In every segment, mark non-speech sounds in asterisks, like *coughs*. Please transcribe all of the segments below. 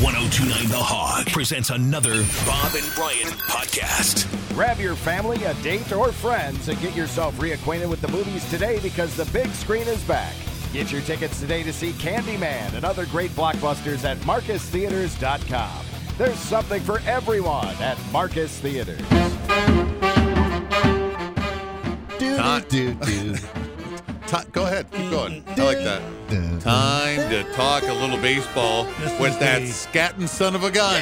1029 The Hog presents another Bob and Brian podcast. Grab your family, a date, or friends and get yourself reacquainted with the movies today because the big screen is back. Get your tickets today to see Candyman and other great blockbusters at MarcusTheaters.com. There's something for everyone at Marcus Theaters. Time, *laughs* Ti- go ahead, keep going. I like that. Time to talk a little baseball This with is that the- scatting son of a gun.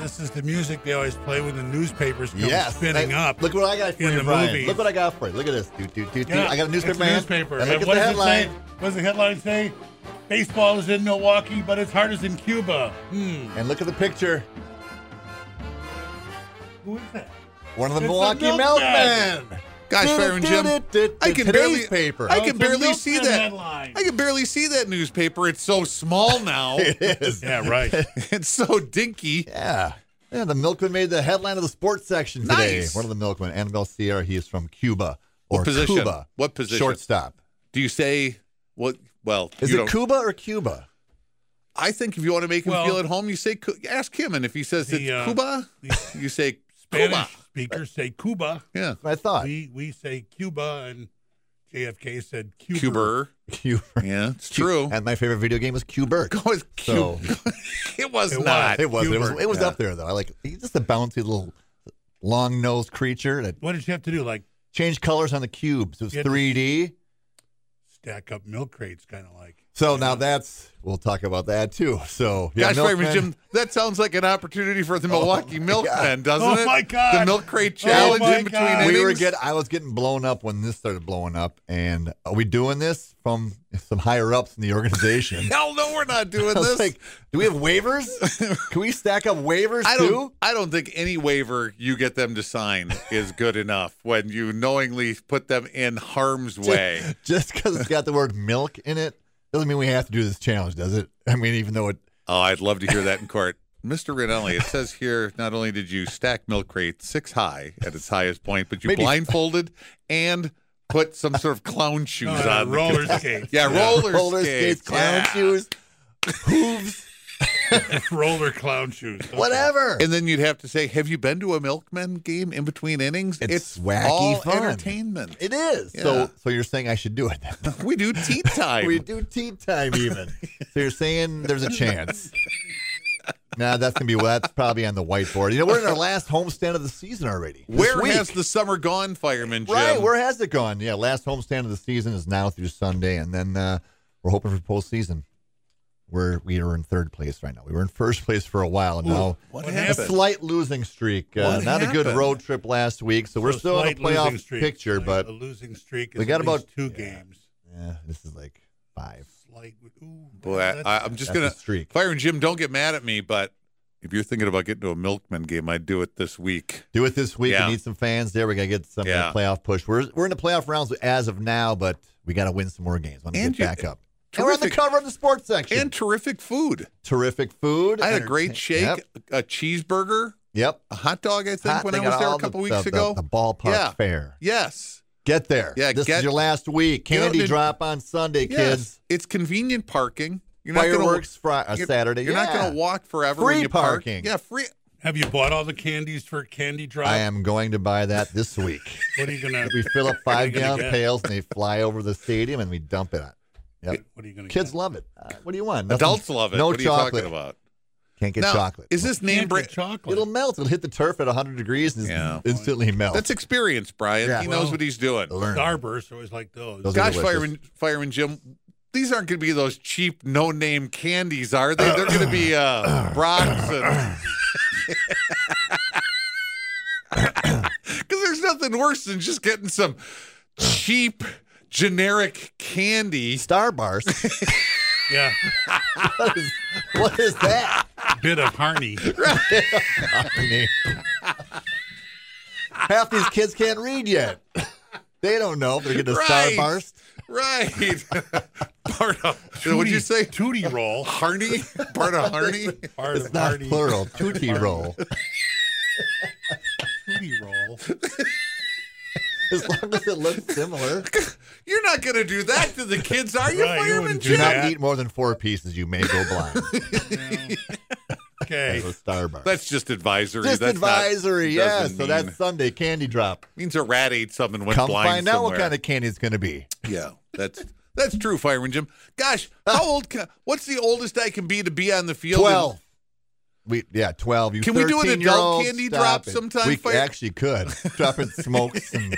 This is the music they always play when the newspapers come Yes. spinning Hey, up. Look what I got for in you, the Brian. movie. Look what I got for you. Look at this. Do, do, do, do. Yeah, I got a newspaper it's a man. newspaper. And And look at what the does it say? headline. What does the headline say? Baseball is in Milwaukee, but its heart is in Cuba. Hmm. And look at the picture. Who is that? One of the It's a Milwaukee *laughs* milkman. milkmen. Gosh, Fire and Jim, I can barely paper. I Oh, can it's a barely see milkman that. headline. I can barely see that newspaper. It's so *laughs* small now. It is. *laughs* Yeah, right. it's so dinky. Yeah. Yeah, the milkman made the headline of the sports section today. Nice. One of the milkmen, Annabelle Sierra, he is from Cuba. What Or position? Cuba. What position? Shortstop. Do you say what? Well, Is you it don't- Cuba or Cuba? I think if you want to make him Well- feel at home, you say Cu- ask him, and if he says The, it's uh, Cuba, you say Spanish Cuba. speakers say Cuba. Yeah, That's what I thought. We we say Cuba, and JFK said Cuba. Cuba. *laughs* Cuba. Yeah, it's true. And my favorite video game was Cuba. Go with So- Cuba. *laughs* it was It was. not. It was. It was, Cuba, it was yeah. up there, though. I like He's just a bouncy little long nosed creature that What did you have to do? Like changed colors on the cubes. It was Yeah. 3D. stack up milk crates, kind of like. So now that's, we'll talk about that, too. So, yeah, Gosh, Fireman milkman. Jim, that sounds like an opportunity for the Oh, Milwaukee my God. Milkmen, doesn't Oh, it? my God. The milk crate Oh, challenge my in between God. innings. we were get I was getting blown up when this started blowing up, and are we doing this from some higher ups in the *laughs* organization? Hell no, we're *laughs* not I doing was this. like, do we have waivers? Can we stack up waivers *laughs* I don't. too? I don't think any waiver you get them to sign is good enough when you knowingly put them *laughs* in harm's way. Just because it's got the word milk in it doesn't mean we have to do this challenge, does it? I mean, even though it Oh, I'd love to hear that in court. Mr. Rinelli, it says here not only did you stack milk crate six high at its highest point, but you Maybe- blindfolded and put some sort of clown shoes Oh, No, no, on. the *laughs* Uh, roller kid. skates. Yeah, roller, roller skates. skates, clown yeah. shoes, hooves, *laughs* roller clown shoes. Okay. whatever. And then you'd have to say, Have you been to a milkman game in between innings? It's wacky all fun. entertainment. it is. Yeah. So, so you're saying I should do it? then? *laughs* we *laughs* do tea time. we do tea time even. so you're saying there's a *laughs* chance. Nah, that's gonna be well, that's probably on the whiteboard. You know, we're in our last homestand of the season already. This Where week. has the summer gone, Fireman Jim? right? Where has it gone? Yeah, last homestand of the season is now through Sunday, and then uh, we're hoping for postseason. We're we are in third place right now. We were in first place for a while, and now what, What a happened? slight losing streak. Uh, What not a good happened? road trip last week, so we're So still in the slight losing playoff streak. picture. Slight- But a losing streak. Is we got at least about- two yeah. games. yeah, this is like five. Slight. Ooh, Boy, that's- I, I'm just That's going a to. streak. Fireman Jim, don't get mad at me, but if you're thinking about getting to a milkman game, I'd do it this week. Do it this week. Yeah. We need some fans there. We got to get some uh, Yeah. playoff push. We're, we're in the playoff rounds as of now, but we got to win some more games. Want to And get you- back up. And we're on the terrific- cover of the sports section. And terrific food. Terrific food. I had a entertain- great shake, Yep. a cheeseburger, yep. a hot dog, I think, Hot when thing I was at there all a couple the, weeks the- ago. The, the ballpark Yeah. fair. yes. Get there. Yeah, This get- is your last week. You know, Candy did- drop on Sunday, Yes. kids. It's convenient parking. You're Fireworks gonna, Fri- uh, you're- Saturday. You're not Yeah. going to walk forever Free when you park. parking. Yeah, free. Have you bought all the candies for Candy Drop? I am going to buy that this week. What are you gonna? we fill *laughs* up what are five you gonna gallon get? pails and they fly over the stadium and we dump it on. Yep. What are you gonna? Kids get? love it. Uh, what do you want? Nothing- Adults love it. No what are you chocolate. talking about? Can't get now, chocolate. Is this Can't name get brand? chocolate. It'll melt. It'll hit the turf at 100 degrees and Yeah. instantly melt. That's experience, Brian. Yeah. He Well- knows what he's doing. Learn. Starburst always like those. Those are Gosh, delicious. Fireman, Fireman Jim, these aren't going to be those cheap no name candies, are they? They're going to *coughs* be uh, Brock's. *laughs* Because there's nothing worse than just getting some cheap, generic candy. Star bars. yeah, what, is, what is that? bit of *laughs* Harney. Half these kids can't read yet. They don't know if they're getting a Right. star bars. *laughs* Right. Part *laughs* of, what'd you Tootie- say? Tootie roll. Harney? Part of Harney? Part It's of not Harney. plural. Tootie roll. Tootie roll. As long as it looks *laughs* similar. You're not going to do that to the kids, are you, Right, you Fireman wouldn't Jim? Do not Yeah. eat more than four pieces. You may go blind. No. Okay. *laughs* That's a Starburst. That's just advisory. just That's not- advisory, yeah. doesn't So that's mean- Sunday candy drop. means a rat ate something and went Come blind find out somewhere. what kind of candy it's going to be. Yeah, that's that's true, Fireman Jim. Gosh, how old? Can, what's the oldest I can be to be on the field? Twelve. We yeah, twelve. You Can we do an 13-year-old, adult candy stop drop it. sometime, We Fire- actually could drop in *laughs* smokes and,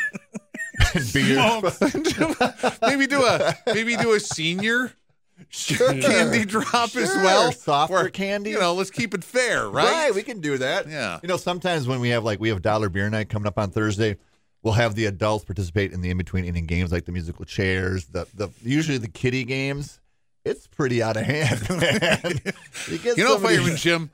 and beer. Smokes. *laughs* And *laughs* maybe do a maybe do a senior *laughs* Sure. candy drop as Sure. well. Softer For- candy. You know, let's keep it fair, right? right? we can do that. Yeah. You know, sometimes when we have like we have dollar beer night coming up on Thursday, we'll have the adults participate in the in between inning games like the musical chairs, the the usually the kiddie games. It's pretty out of hand, *laughs* man. you get You know, somebody- Fireman Jim,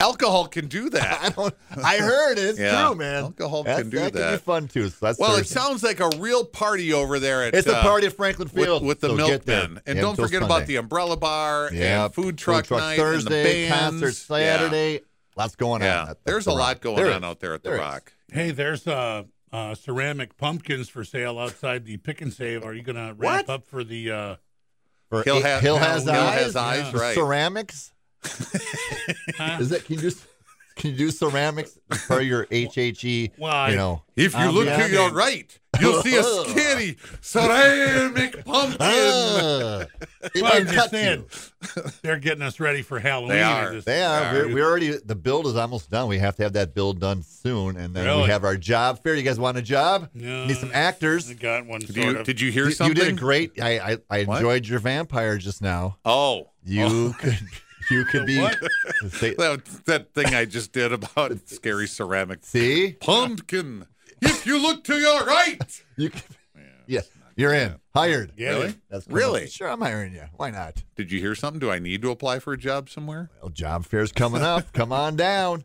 alcohol can do that. *laughs* I don't. I heard it. It's Yeah. true, man. Alcohol That's- can do that. Can be that. fun too. So that's well, it Thursday. sounds like a real party over there at It's a uh, party at Franklin with, Field with the so get there. milkmen. And Yeah, don't until forget Sunday. about the umbrella bar Yeah, and food truck, night Thursday, and the bands. concert Yeah. Saturday. Lots going Yeah, on. at- at there's the a lot Rock. going There on is. out there at the There is. Rock. Hey, there's uh, uh, ceramic pumpkins for sale outside the pick and save. Are you going to ramp What? up for the? Uh, For Hill eight- has- Hill has Hill eyes. has eyes, for right. *laughs* Ceramics. is it? Can you do? Can you do ceramics for your HHE? Why? you know, If you um, look yeah. to your right, you'll *laughs* see a skinny *laughs* ceramic pumpkin. Ah, it well, I'm might just cut you. saying, they're getting us ready for Halloween. They I are. just- They are. All We're, we're already. The build is almost done. We have to have that build done soon, and then we Really? have our job fair. You guys want a job? No. Need some actors. I got one. Sort Did you, of. did you hear You, you something? did great. I I, I What? enjoyed your vampire just now. Oh, You *laughs* could you could be. What? *laughs* Say, that, that thing I just did about *laughs* scary ceramic see, pumpkin. If you look to your right, you could, yes, you're in. Hired. Yeah. Really? That's Really? Sure, I'm hiring you. Why not? *laughs* Did you hear something? Do I need to apply for a job somewhere? Well, job fair's coming up. Come on down.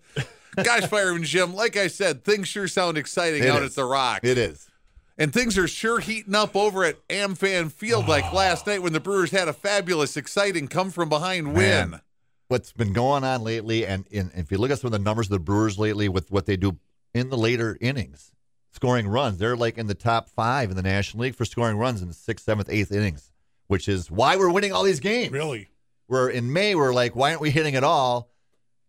Gosh, Fireman Jim, like I said, things sure sound exciting It out is. at The Rock. It is. And things are sure heating up over at AmFan Field like Oh. last night when the Brewers had a fabulous, exciting come from behind win. Man. What's been going on lately, and, and if you look at some of the numbers of the Brewers lately with what they do in the later innings, scoring runs, they're like in the top five in the National League for scoring runs in the sixth, seventh, eighth innings, which is why we're winning all these games. really? Where in May, we're like, why aren't we hitting at all?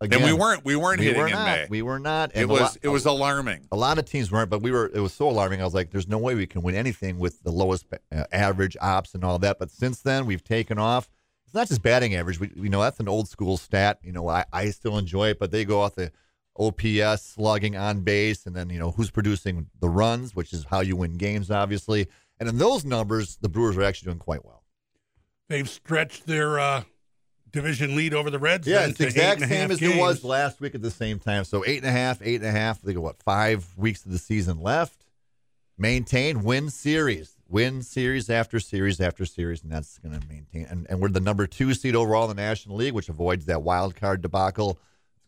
Again, And we weren't. We weren't We hitting were in not. May. We were not. it And a was lot- it was alarming. a lot of teams weren't, but we were. It was so alarming. I was like, "There's no way we can win anything with the lowest uh, average ops and all that." But since then, we've taken off. It's not just batting average. We, we know that's an old school stat. You know, I, I still enjoy it, but they go off the OPS, slugging on base, and then you know who's producing the runs, which is how you win games, obviously. And in those numbers, the Brewers are actually doing quite well. They've stretched their uh, division lead over the Reds. Yeah, then it's to the exact eight and a half same as games. it was last week at the same time. So eight and a half, eight and a half. They got what five weeks of the season left. Maintain, win series, win series after series after series, and that's going to maintain. And, and we're the number two seed overall in the National League, which avoids that wild card debacle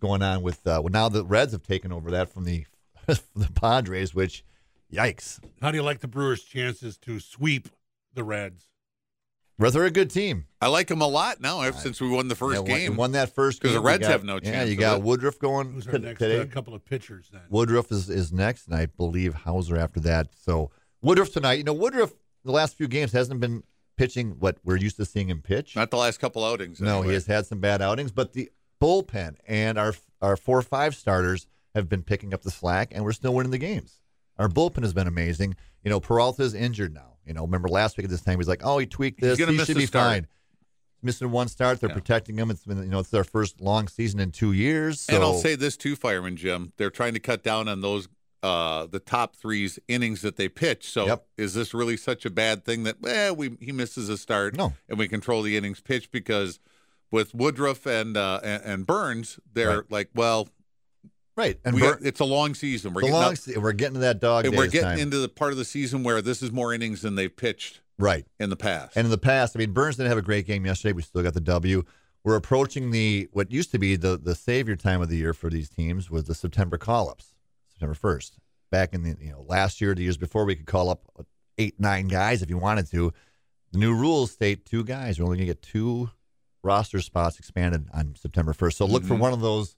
going on with. Uh, well, now the Reds have taken over that from the *laughs* the Padres, which, yikes, How do you like the Brewers' chances to sweep the Reds? Reds are a good team. I like them a lot now ever since we won the first Yeah, won- game. won that first 'Cause the game. You Reds got- have no Yeah, chance you of got it. Woodruff going Who's our to- next today. uh, couple of pitchers then? Woodruff is, is next, and I believe Hauser after that. So Woodruff tonight, you know, Woodruff the last few games hasn't been pitching what we're used to seeing him pitch. Not the last couple outings. no, he anyway. has had some bad outings, but the bullpen and our our four or five starters have been picking up the slack, and we're still winning the games. Our bullpen has been amazing. You know, Peralta's injured now. You know, remember last week at this time, he's like, oh, he tweaked He's this. gonna He miss should the be start. fine. Missing one start, they're Yeah. protecting him. It's been, you know, it's their first long season in two years. So And I'll say this too, Fireman Jim. They're trying to cut down on those uh the top threes innings that they pitch. So Yep. is this really such a bad thing that eh, we he misses a start No. and we control the innings pitch because with Woodruff and uh and, and Burns, they're Right. like, well, right, and we Bur- it's a long season. We're the getting long, up, se- we're getting to that dog. and days we're getting time. into the part of the season where this is more innings than they've pitched right. in the past. And in the past, I mean, Burns didn't have a great game yesterday. We still got the W. We're approaching the what used to be the the savior time of the year for these teams was the September call ups, September first. Back in the you know last year, the years before, we could call up eight nine guys if you wanted to. The new rules state two guys. You're only going to get two roster spots expanded on September 1st. So look for one of those,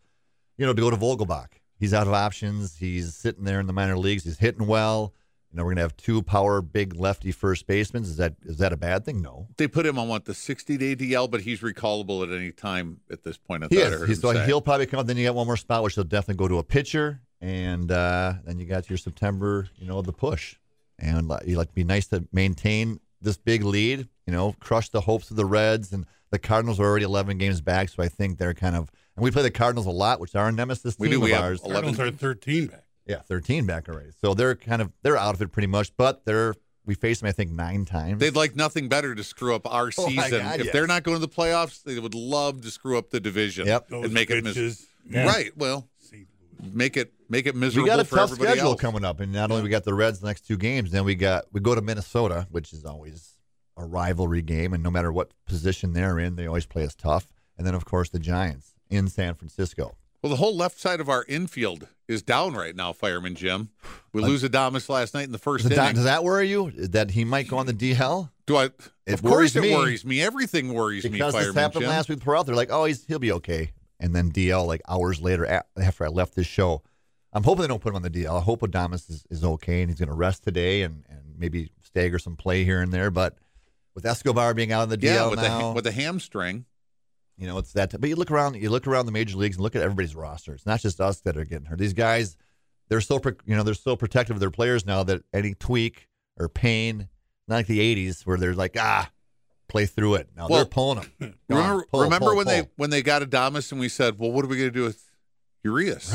you know, to go to Vogelbach. He's out of options. He's sitting there in the minor leagues. He's hitting well. You know, we're going to have two power big lefty first basemen. Is that is that a bad thing? No. They put him on what the 60 day DL, but he's recallable at any time at this point. I He thought I heard is. He's, him so say. he'll probably come up. Then you got one more spot, which they'll definitely go to a pitcher, and uh, then you got your September. You know, the push, and like, you like be nice to maintain this big lead. You know, crush the hopes of the Reds and the Cardinals are already 11 games back, so I think they're kind of. And we play the Cardinals a lot, which are our nemesis We do. team We of have ours. 11 Cardinals are 13 back. Yeah, 13 back already. So they're kind of they're out of it pretty much, but they're we face them I think nine times. They'd like nothing better to screw up our Oh, my season. God, if yes. they're not going to the playoffs, they would love to screw up the division. Yep. Those and make it miserable. bitches. Yeah. Right. Well, make it make it we miserable got a for tough everybody schedule else. coming up, and not only we got the Reds the next two games, then we got we go to Minnesota, which is always a rivalry game, and no matter what position they're in, they always play us tough. And then of course the Giants in San Francisco. Well, the whole left side of our infield is down right now, Fireman Jim. We lose Adamas last night in the first Does that, inning. does that worry you that he might go on the DL? Do I? It of course, worries it me. worries me. Everything worries me, because this Fireman happened Jim. last week with Peralta. They're like, oh, he's he'll be okay. And then DL like hours later a- after I left this show, I'm hoping they don't put him on the DL. I hope Adamas is, is okay and he's going to rest today and, and maybe stagger some play here and there. But with Escobar being out on the DL yeah, with now, the with the hamstring. you know it's that. But you look around, you look around the major leagues and look at everybody's roster. It's not just us that are getting hurt. These guys, they're so pro- you know they're so protective of their players now that any tweak or pain, not like the '80s where they're like ah, play through it. Now Well, they're *laughs* pulling them. remember remember when they when they got Adamas and we said, well, what are we going to do with Urias?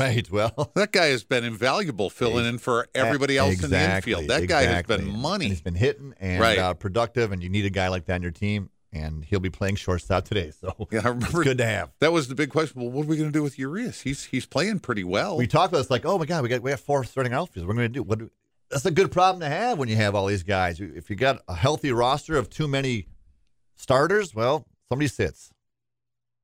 *laughs* Right. Well, e, That guy has been invaluable filling in for *laughs* everybody else Exactly, in the infield. That guy has exactly. been And money. he's been hitting and Right. uh, productive, and you need a guy like that on your team, and he'll be playing shortstop today. So *laughs* Yeah, *laughs* it's I remember good to have. that was the big question. Well, what are we going to do with Urias? He's he's playing pretty well. We talked about this like, oh my god, we got we got four starting outfielders. We're going to do what? do- That's a good problem to have when you have all these guys. If you got a healthy roster of too many starters, well, somebody sits,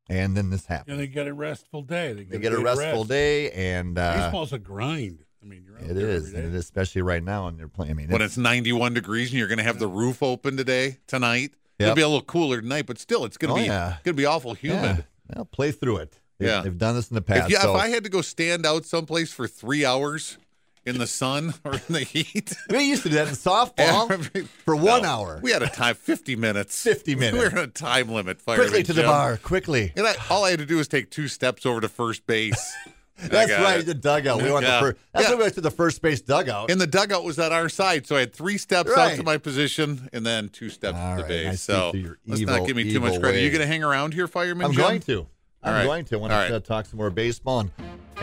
and then this happens. Yeah, they get a restful day. They get, they get a good restful rest. day, and uh, Baseball's a grind. I mean, you're out it there is, every and it day. is, especially right now, and they're playing. I mean, when it's 91 degrees and you're going to have the roof open today tonight. It'll Yep. be a little cooler tonight, but still, it's going Oh, to be yeah. going to be awful humid. Yeah. Well, play through it. They, Yeah. They've done this in the If, past. you- if so- I had to go stand out someplace for three hours in the sun *laughs* or in *laughs* the heat, we used to do that in *laughs* softball every- for one No. hour. we had a time 50 minutes. 50 *laughs* We minutes. were on a time limit. Fire quickly to the bar, quickly. And I, all I had to do was take two steps over to first base. And *laughs* I *laughs* That's got right, it. the dugout. We went Yeah. the first. That's Yeah. when we went to the first base dugout. And the dugout was on our side, so I had three steps out to Right. my position and then two steps All to the right, I see base. So through your let's evil, not give me too much evil credit. Are you ways. going to hang around here, Fireman I'm Jim? going to. I'm right. going to. When All I right. uh, talk some more baseball and,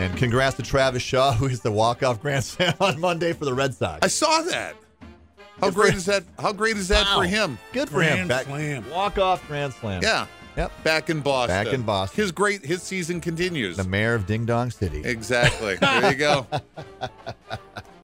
and congrats to Travis Shaw, *laughs* who is the walk-off grand slam *laughs* on Monday for the Red Sox. I saw that. How great is that? How great is that for Wow. him? Good for him. Grand Back- slam. Walk-off grand slam. Yeah. Yep. Back in Boston. Back in Boston. His great his season continues. The mayor of Ding Dong City. *laughs* Exactly. there you go.